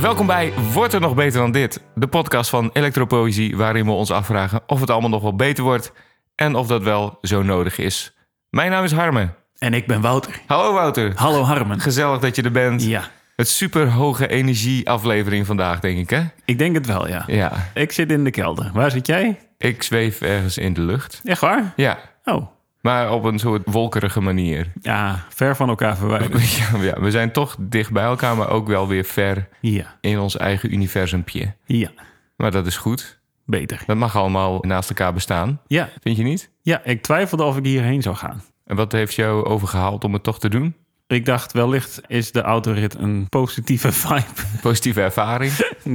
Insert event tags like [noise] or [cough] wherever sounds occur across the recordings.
Welkom bij Wordt er nog beter dan dit? De podcast van Electropoëzie waarin we ons afvragen of het allemaal nog wel beter wordt en of dat wel zo nodig is. Mijn naam is Harmen. En ik ben Wouter. Hallo Wouter. Hallo Harmen. Gezellig dat je er bent. Ja, Het super hoge energie aflevering vandaag, denk ik hè? ik denk het wel, ja. Ja. Ik zit in de kelder. Waar zit jij? Ik zweef ergens in de lucht. Echt waar? Ja. Oh, Maar op een soort wolkerige manier. [laughs] ja, ver van elkaar verwijderd. Ja, ja, we zijn toch dicht bij elkaar, maar ook wel weer ver Ja, in ons eigen universumpje. ja, Maar dat is goed. beter. Dat mag allemaal naast elkaar bestaan. Ja, Vind je niet? ja, ik twijfelde of ik hierheen zou gaan. En wat heeft jou overgehaald om het toch te doen? [laughs] Ik dacht, wellicht is de autorit een positieve [laughs] vibe Positieve ervaring.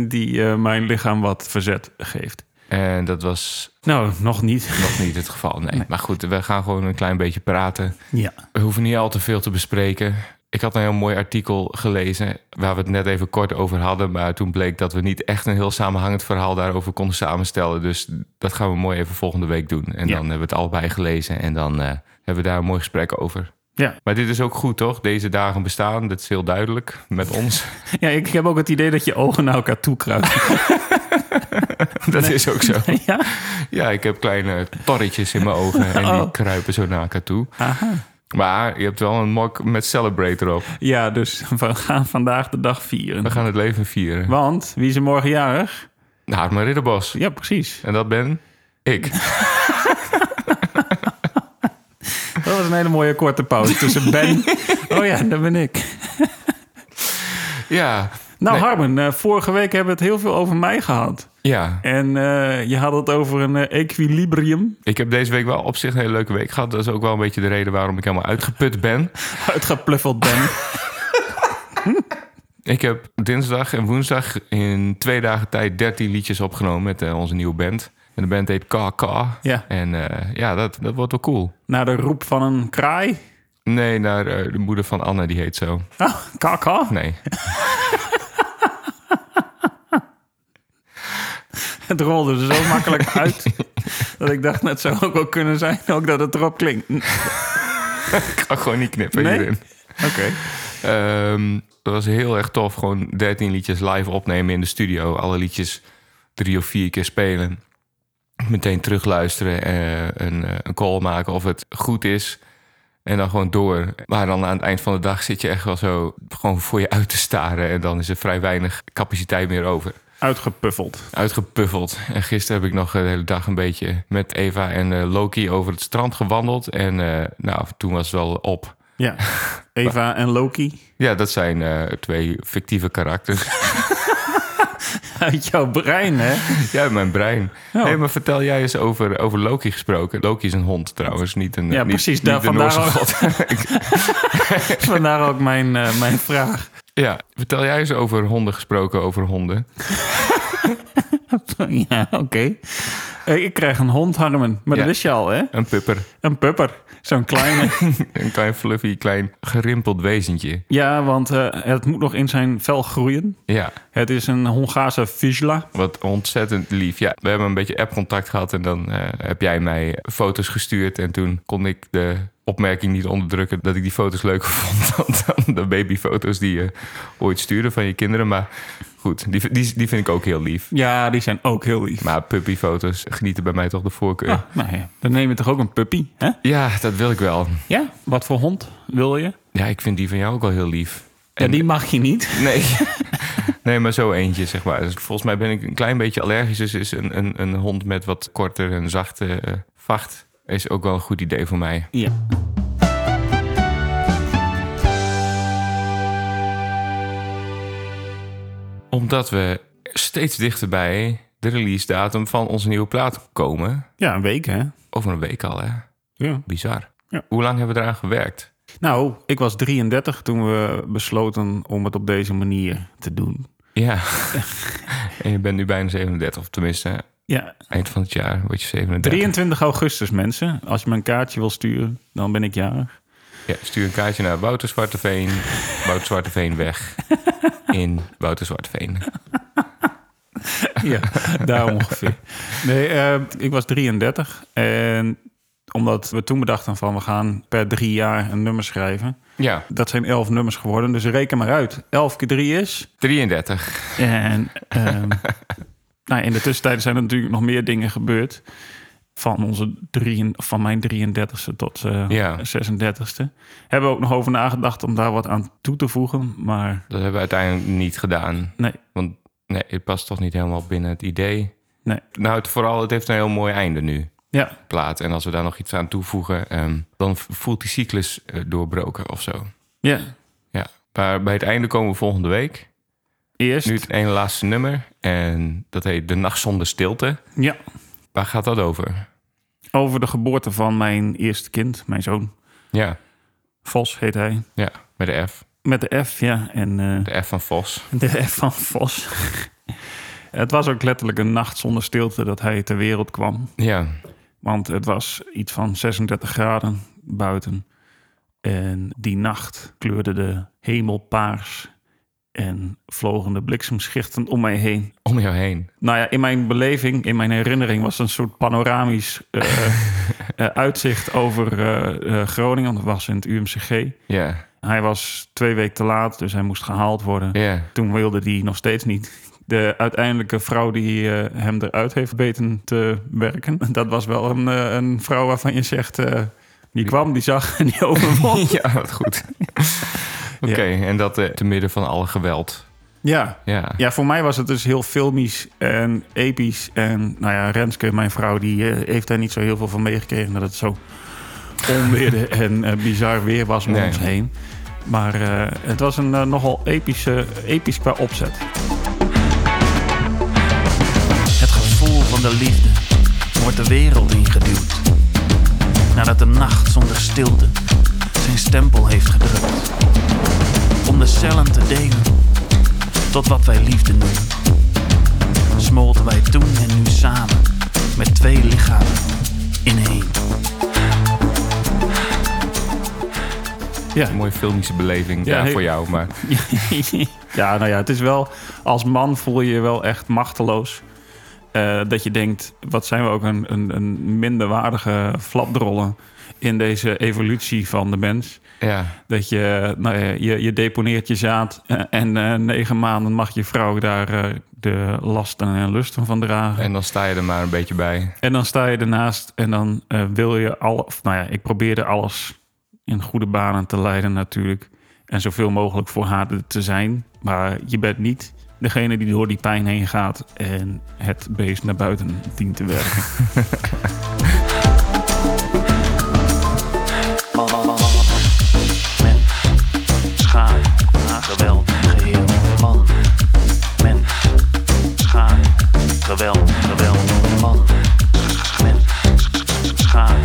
die eh, mijn lichaam wat verzet geeft. En dat was Nou, nog niet. nog niet het geval. Nee. Maar goed, we gaan gewoon een klein beetje praten. Ja. We hoeven niet al te veel te bespreken. Ik had een heel mooi artikel gelezen waar we het net even kort over hadden. Maar toen bleek dat we niet echt een heel samenhangend verhaal daarover konden samenstellen. Dus dat gaan we mooi even volgende week doen. En Ja. dan hebben we het allebei gelezen en dan eh, hebben we daar een mooi gesprek over. Ja. Maar dit is ook goed, toch? Deze dagen bestaan, dat is heel duidelijk met ons. [laughs] ja, ik heb ook het idee dat je ogen naar elkaar toe kruipen. dat is ook zo. ja? Ja, ik heb kleine torretjes in mijn ogen en die Oh. kruipen zo naar elkaar toe. Aha. Maar je hebt wel een mok met Celebrate erop. Ja, dus we gaan vandaag de dag vieren. We gaan het leven vieren. Want, wie is er morgen jarig? Naar mijn ridderbos. Ja, precies. En dat ben ik. [laughs] Dat was een hele mooie korte pauze tussen Ben. Oh ja, dat ben ik. Ja, Nou, Nee. Harmen, eh, vorige week hebben we het heel veel over mij gehad. ja. En eh, je had het over een eh, equilibrium. Ik heb deze week wel op zich een hele leuke week gehad. Dat is ook wel een beetje de reden waarom ik helemaal uitgeput ben. Uitgepluffeld [laughs] ben. Ik heb dinsdag en woensdag in twee dagen tijd 13 liedjes opgenomen met eh, onze nieuwe band. En de band heet KK. ja, En eh, ja, dat, dat wordt wel cool. naar de roep van een kraai. Nee, naar eh, de moeder van Anne, die heet zo. Ah, kaka. Nee. Het rolde er zo [laughs] makkelijk uit. dat ik dacht, het zou ook wel kunnen zijn. Ook dat het erop klinkt. N- Ik kan gewoon niet knippen Nee? hierin. Oké. Ehm, dat was heel erg tof. Gewoon 13 liedjes live opnemen in de studio. Alle liedjes drie of vier keer spelen. Meteen terugluisteren. eh, een, eh, een call maken of het goed is. En dan gewoon door. Maar dan aan het eind van de dag zit je echt wel zo gewoon voor je uit te staren. En dan is er vrij weinig capaciteit meer over. Uitgepuffeld. Uitgepuffeld. En gisteren heb ik nog de hele dag een beetje met Eva en eh, Loki over het strand gewandeld. En eh, nou, toen was het wel op. [laughs] Ja. Eva en Loki. Ja, dat zijn eh, twee fictieve karakters. [laughs] Uit jouw brein, hè? ja, mijn brein. Oh. Hey, maar vertel jij eens over, over Loki gesproken. Loki is een hond trouwens, niet een Ja, niet, precies, niet daar- de Noorse vandaar god. [laughs] Vandaar ook mijn, eh, mijn vraag. ja, vertel jij eens over honden gesproken, over honden. [laughs] Ja, oké. Eh, Ik krijg een hond, Harmen. Maar Ja. dat wist je al, hè? Een pupper, [laughs] Een pupper. Zo'n kleine. [laughs] een klein fluffy, klein gerimpeld wezentje. ja, want eh, het moet nog in zijn vel groeien. Ja, Het is een Hongaarse Vizsla. wat ontzettend lief. Ja, we hebben een beetje appcontact gehad en dan eh, heb jij mij foto's gestuurd. En toen kon ik de opmerking niet onderdrukken dat ik die foto's leuker [laughs] vond dan, dan de babyfoto's die je ooit stuurde van je kinderen. Maar goed, die, die, die vind ik ook heel lief. Ja, die zijn ook heel lief. Maar puppyfoto's genieten bij mij toch de voorkeur. Ah, nou ja, dan neem je toch ook een puppy, hè? Ja, dat wil ik wel. Ja. Wat voor hond wil je? Ja, ik vind die van jou ook wel heel lief. Ja, die mag je niet. Nee. [laughs] Nee, maar zo eentje, zeg maar. Dus volgens mij ben ik een klein beetje allergisch. Dus is een, een, een hond met wat korter en zachte eh, vacht is ook wel een goed idee voor mij. Ja. Omdat we steeds dichterbij de release datum van onze nieuwe plaat komen. Ja, een week, hè? Over een week al, hè? Ja. Bizar. Ja. Hoe lang hebben we eraan gewerkt? Nou, ik was 33 toen we besloten om het op deze manier te doen. Ja. en je bent nu bijna 37, of tenminste, Ja, eind van het jaar word je 37. 23 augustus, mensen. Als je me een kaartje wil sturen, dan ben ik jarig. Ja, stuur een kaartje naar Wouter Zwarteveen. Wouter Zwarteveen weg. In Wouter Zwarteveen. Ja, daar ongeveer. Nee, eh, ik was 33 en Omdat we toen bedachten van we gaan per drie jaar een nummer schrijven. Ja, Dat zijn elf nummers geworden, dus reken maar uit. Elf keer drie is. 33. En ehm, [laughs] nou, in de tussentijd zijn er natuurlijk nog meer dingen gebeurd. Van, onze drieën, van mijn 33ste tot eh Ja. 36ste. Hebben we ook nog over nagedacht om daar wat aan toe te voegen. Maar Dat hebben we uiteindelijk niet gedaan. nee, Want nee, het past toch niet helemaal binnen het idee. nee. Nou, het, vooral, het heeft een heel mooi einde nu. Ja, plaat. En als we daar nog iets aan toevoegen, ehm, dan v- voelt die cyclus eh, doorbroken of zo. ja. Ja. Maar bij het einde komen we volgende week. Eerst. Nu het ene laatste nummer. En dat heet De Nacht zonder Stilte. Ja. Waar gaat dat over? Over de geboorte van mijn eerste kind, mijn zoon. Ja, Vos heet hij. ja met de F. Met de F, ja. En eh, De F van Vos. de F van Vos. [laughs] het was ook letterlijk een nacht zonder stilte dat hij ter wereld kwam. Ja, Want het was iets van 36 graden buiten. En die nacht kleurde de hemel paars. En vlogen de bliksemschichten om mij heen. om jou heen. Nou ja, in mijn beleving, in mijn herinnering, was het een soort panoramisch eh, eh, uitzicht over eh, eh, Groningen. Dat was in het UMCG. Ja, Hij was twee weken te laat, dus hij moest gehaald worden. ja. Toen wilde hij nog steeds niet. De uiteindelijke vrouw die eh, hem eruit heeft weten te werken, [laughs] dat was wel een, eh, een vrouw waarvan je zegt. eh, die kwam, die zag en [laughs] die overwon. [laughs] Ja, wat [laughs] goed. Oké, en dat eh, te midden van alle geweld. Ja. Ja, Ja, voor mij was het dus heel filmisch en episch. En nou ja, Renske, mijn vrouw, die eh, heeft daar niet zo heel veel van meegekregen. Dat het zo [laughs] onweerde en eh, bizar weer was om Nee. ons heen. Maar eh, het was een eh, nogal epische, episch qua opzet. Het gevoel van de liefde wordt de wereld ingeduwd. Nadat de nacht zonder stilte zijn stempel heeft gedrukt. Om de cellen te delen tot wat wij liefde noemen. Smolten wij toen en nu samen met twee lichamen in één. Ja. mooie filmische beleving Ja, ja, heel- voor jou. Maar [laughs] ja, nou ja, het is wel... Als man voel je je wel echt machteloos. Eh, dat je denkt, wat zijn we ook een, een, een minderwaardige flapdrollen... in deze evolutie van de mens. ja, Dat je, nou ja, je, je deponeert je zaad eh, en eh, negen maanden mag je vrouw daar eh, de lasten en lusten van dragen. En, en dan sta je er maar een beetje bij. dan sta je ernaast en dan eh, wil je al, of nou ja, ik probeerde alles in goede banen te leiden natuurlijk. En zoveel mogelijk voor haar te zijn. Maar je bent niet degene die door die pijn heen gaat en het beest naar buiten dient te werken. [laughs] Mannen men, schaam aan geweld, geheel. Man, men, schaam, geweld, geweld. Man, men, schaam,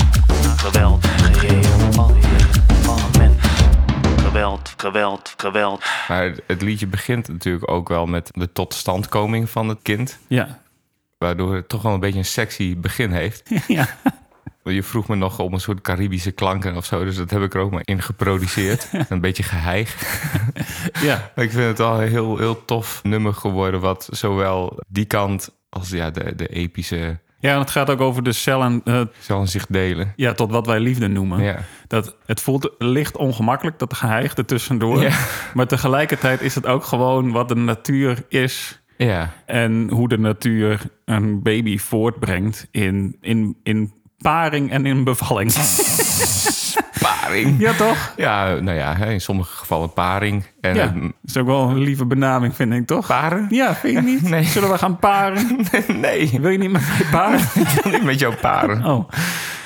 geweld, geheel. Man, man, men, geweld, geweld, geweld. Maar het liedje begint natuurlijk ook wel met de totstandkoming van het kind. Ja. [laughs] Waardoor het toch wel een beetje een sexy begin heeft. ja. Want Je vroeg me nog om een soort Caribische klanken of zo. Dus dat heb ik er ook maar in geproduceerd. [laughs] een beetje geheig. Ja. Maar ik vind het al een heel, heel tof nummer geworden. Wat zowel die kant als ja, de, de epische Ja, en het gaat ook over de cellen eh, zal zich delen. ja, tot wat wij liefde noemen. Ja. Dat het voelt licht ongemakkelijk, dat geheig er tussendoor. Ja. Maar tegelijkertijd is het ook gewoon wat de natuur is. ja, En hoe de natuur een baby voortbrengt in, in, in paring en [laughs] in bevalling. paring. ja, toch? Ja, nou ja, hè, in sommige gevallen paring. En Ja. eh, is ook wel een lieve benaming, vind ik, toch? paren? Ja, vind je niet? [laughs] Nee. Zullen we gaan paren? [laughs] Nee, ik Wil je niet met mij [laughs] paren? wil niet met jou paren. Oh,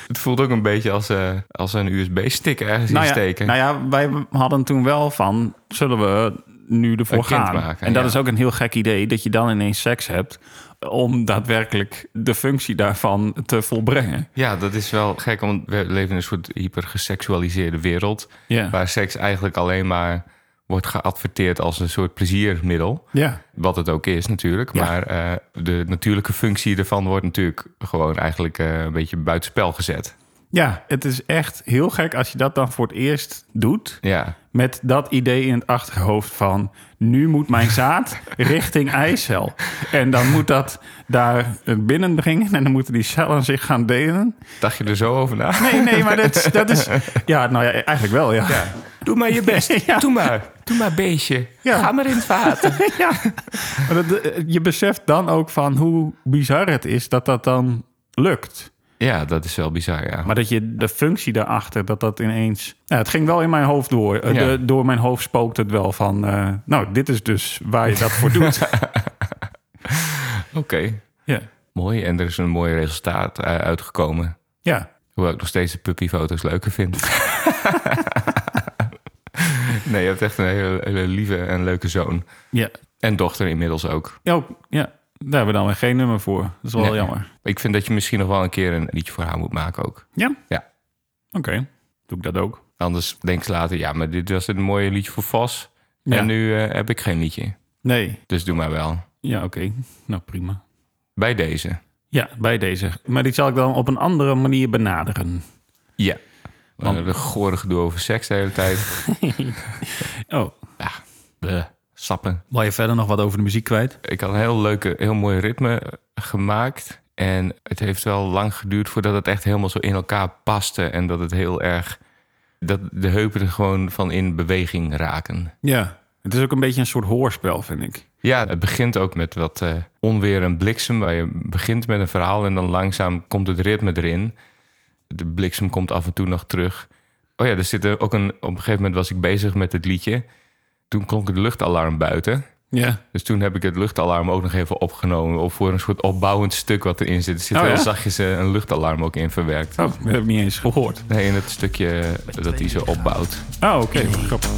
Het voelt ook een beetje als, eh, als een USB-stick ergens nou ja, insteken. nou ja, wij hadden toen wel van... zullen we nu ervoor Een kind gaan? maken, en dat ja. is ook een heel gek idee... dat je dan ineens seks hebt... om daadwerkelijk de functie daarvan te volbrengen. Ja, dat is wel gek, want we leven in een soort hypergeseksualiseerde wereld. Ja. Waar seks eigenlijk alleen maar wordt geadverteerd als een soort pleziermiddel. Ja. Wat het ook is natuurlijk. Ja. Maar eh, de natuurlijke functie ervan wordt natuurlijk gewoon eigenlijk eh, een beetje buitenspel gezet. Ja, het is echt heel gek als je dat dan voor het eerst doet. Ja. Met dat idee in het achterhoofd van... nu moet [laughs] mijn zaad richting eicel. En dan moet dat daar binnenbrengen. En dan moeten die cellen zich gaan delen. Dacht je er zo over na? Nee, nee, maar dat, is- dat is... Ja, nou ja, eigenlijk wel, ja. Ja, Doe maar je [laughs] best. Ja. dus Doe maar. Doe maar, beestje. Ja. Ga maar in het water. [laughs] Maar dat, eh, je beseft dan ook van hoe bizar het is dat dat dan lukt. ja, dat is wel bizar, ja. Maar dat je de functie daarachter, dat dat ineens... Nou, het ging wel in mijn hoofd door. Eh, Ja. de- door mijn hoofd spookt het wel van... eh, nou, dit is dus waar je dat voor [laughs] doet. Oké, ja. mooi. En er is een mooi resultaat eh, uitgekomen. ja, Hoewel ik nog steeds de puppyfoto's leuker vind. [laughs] nee, je hebt echt een hele, hele lieve en leuke zoon. ja. En dochter inmiddels ook. Ja, ook- ja, daar hebben we dan weer geen nummer voor. Dat is wel Nee. jammer. Ik vind dat je misschien nog wel een keer een liedje voor haar moet maken ook. Ja? Ja. Oké, doe ik dat ook. Anders denk ze later, ja, maar dit was een mooie liedje voor Vos. Ja. En nu eh, heb ik geen liedje. Nee. Dus doe maar wel. Ja, oké. Nou, prima. Bij deze. Ja, bij deze. Maar die zal ik dan op een andere manier benaderen. Ja. Want- Want... De gore gedoe over seks de hele tijd. Oh. ja, bleh, sappen. Wil je verder nog wat over de muziek kwijt? Ik had een heel leuke, heel mooi ritme eh, gemaakt. En het heeft wel lang geduurd voordat het echt helemaal zo in elkaar paste. En dat het heel erg... Dat de heupen er gewoon van in beweging raken. Ja. Het is ook een beetje een soort hoorspel, vind ik. Ja, het begint ook met wat eh, onweer en bliksem. Waar je begint met een verhaal en dan langzaam komt het ritme erin. De bliksem komt af en toe nog terug. Oh ja, er zit er ook een. Op een gegeven moment was ik bezig met het liedje. Toen klonk het luchtalarm buiten. Ja. Dus toen heb ik het luchtalarm ook nog even opgenomen. Of voor een soort opbouwend stuk wat erin zit. Er zit Oh ja? heel zachtjes eh, een luchtalarm ook in verwerkt. Oh, dat heb ik niet eens gehoord. Nee, in het stukje eh, dat hij zo opbouwt. Oh, oké. Grappig.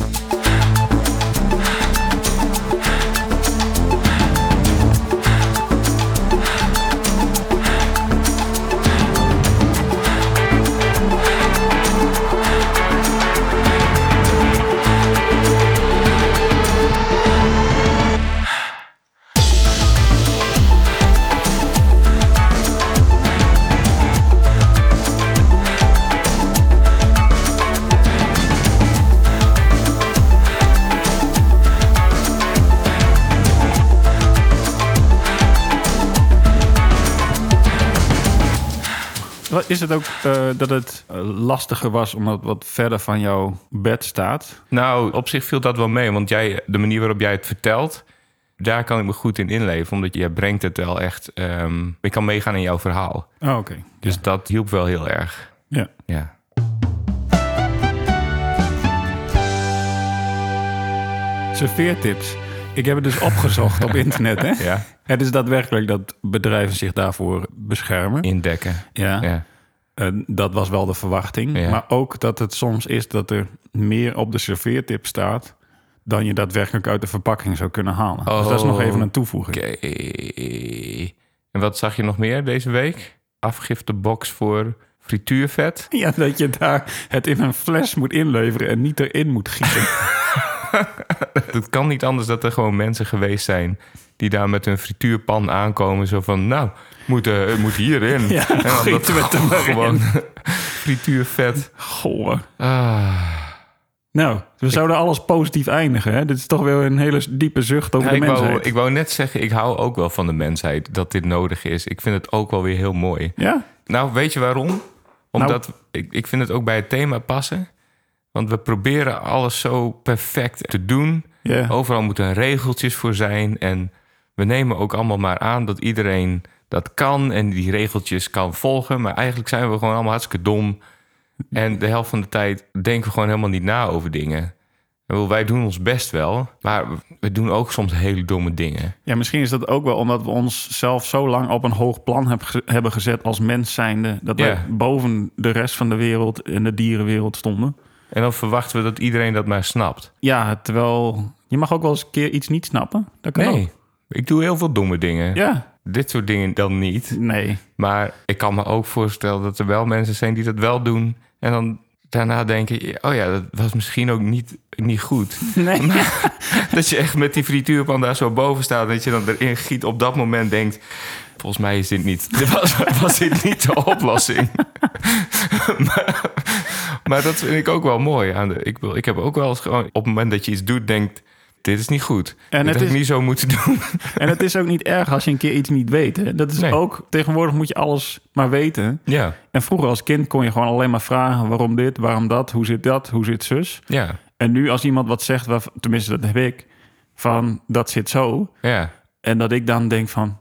Wat- Is het ook eh, dat het eh, lastiger was omdat het wat verder van jouw bed staat? Nou, op zich viel dat wel mee. Want jij, de manier waarop jij het vertelt, daar kan ik me goed in inleven. Omdat jij brengt het wel echt... ehm, ik kan meegaan in jouw verhaal. Oh, oké. Dus dat hielp wel heel erg. Ja. Ja. Serveertips. Ik heb het dus opgezocht [laughs] op internet, hè? ja. Het is daadwerkelijk dat bedrijven zich daarvoor beschermen. Indekken. Ja. Ja. Eh, dat was wel de verwachting. Ja. Maar ook dat het soms is dat er meer op de serveertip staat... dan je daadwerkelijk uit de verpakking zou kunnen halen. Dus dat is nog Oh. even een toevoeging. Oké. En wat zag je nog meer deze week? Afgiftebox voor frituurvet. [laughs] Ja, dat je daar het in een fles moet inleveren en niet erin moet [laughs] gieten. Het kan niet anders dat er gewoon mensen geweest zijn... die daar met hun frituurpan aankomen. Zo van, nou, moet, eh, het moet hierin. [laughs] Ja, En dan gieten we het er maar in. gewoon [laughs] frituurvet. Goh. Ah... Nou, we zouden alles positief eindigen. Hè? Dit is toch weer een hele diepe zucht over Ja, ik, de wou, mensheid. ik wou net zeggen, ik hou ook wel van de mensheid dat dit nodig is. Ik vind het ook wel weer heel mooi. Ja? Nou, weet je waarom? Omdat ik, ik vind het ook bij het thema passen. Want we proberen alles zo perfect te doen. Ja. Overal moeten regeltjes voor zijn. En we nemen ook allemaal maar aan dat iedereen dat kan en die regeltjes kan volgen. Maar eigenlijk zijn we gewoon allemaal hartstikke dom. En de helft van de tijd denken we gewoon helemaal niet na over dingen. Ik bedoel, Wij doen ons best wel, maar we doen ook soms hele domme dingen. Ja, misschien is dat ook wel omdat we onszelf zo lang op een hoog plan heb ge- hebben gezet als mens zijnde. Dat wij Ja. boven de rest van de wereld en de dierenwereld stonden. En dan verwachten we dat iedereen dat maar snapt. Ja, terwijl je mag ook wel eens een keer iets niet snappen. Dat kan ook. Nee, ik doe heel veel domme dingen. Ja, Dit soort dingen dan niet. nee. Maar ik kan me ook voorstellen dat er wel mensen zijn die dat wel doen. En dan daarna denken, oh ja, dat was misschien ook niet, niet goed. [laughs] [laughs] Nee. Dat je echt met die frituurpan daar zo boven staat... dat je dan erin giet op dat moment denkt... volgens mij is dit niet, [laughs] dit was, was dit niet de oplossing. [laughs] maar, maar dat vind ik ook wel mooi. Aan de, ik, wil, ik heb ook wel eens gewoon op het moment dat je iets doet, denkt: dit is niet goed. En dit het had ik is- niet zo moeten doen. [laughs] En het is ook niet erg als je een keer iets niet weet. Hè? Dat is Nee. ook, tegenwoordig moet je alles maar weten. ja, En vroeger als kind kon je gewoon alleen maar vragen... waarom dit, waarom dat, hoe zit dat, hoe zit zus. ja, En nu als iemand wat zegt, waarvan- tenminste dat heb ik... van dat zit zo. ja. En dat ik dan denk van...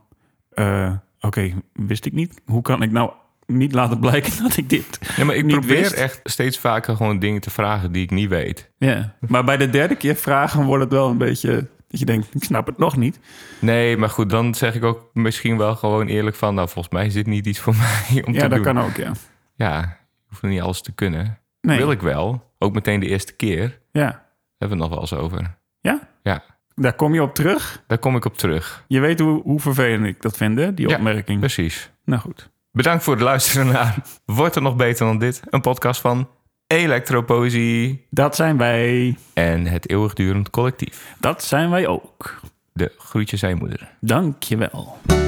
eh, Oké, wist ik niet. Hoe kan ik nou niet laten blijken [laughs] dat ik dit... Ja, maar ik niet probeer wist? echt steeds vaker gewoon dingen te vragen die ik niet weet. Ja. Maar bij de derde keer vragen wordt het wel een beetje... dat je denkt, ik snap het nog niet. Nee, maar goed, dan zeg ik ook misschien wel gewoon eerlijk van... nou, volgens mij is dit niet iets voor [laughs] mij om ja, te dat doen. kan ook, ja. Ja, je hoeft niet alles te kunnen. Nee. Wil ik wel. Ook meteen de eerste keer. Daar Ja. hebben we het nog wel eens over. Ja? Ja, Daar kom je op terug. daar kom ik op terug. Je weet hoe, hoe vervelend ik dat vind, hè? Die Ja, opmerking. Precies. Nou goed. Bedankt voor het luisteren naar [laughs] Wordt er nog beter dan dit? Een podcast van Electropoëzie Dat zijn wij. en het eeuwigdurend collectief. Dat zijn wij ook. De groetjes aan je moeder. Dankjewel.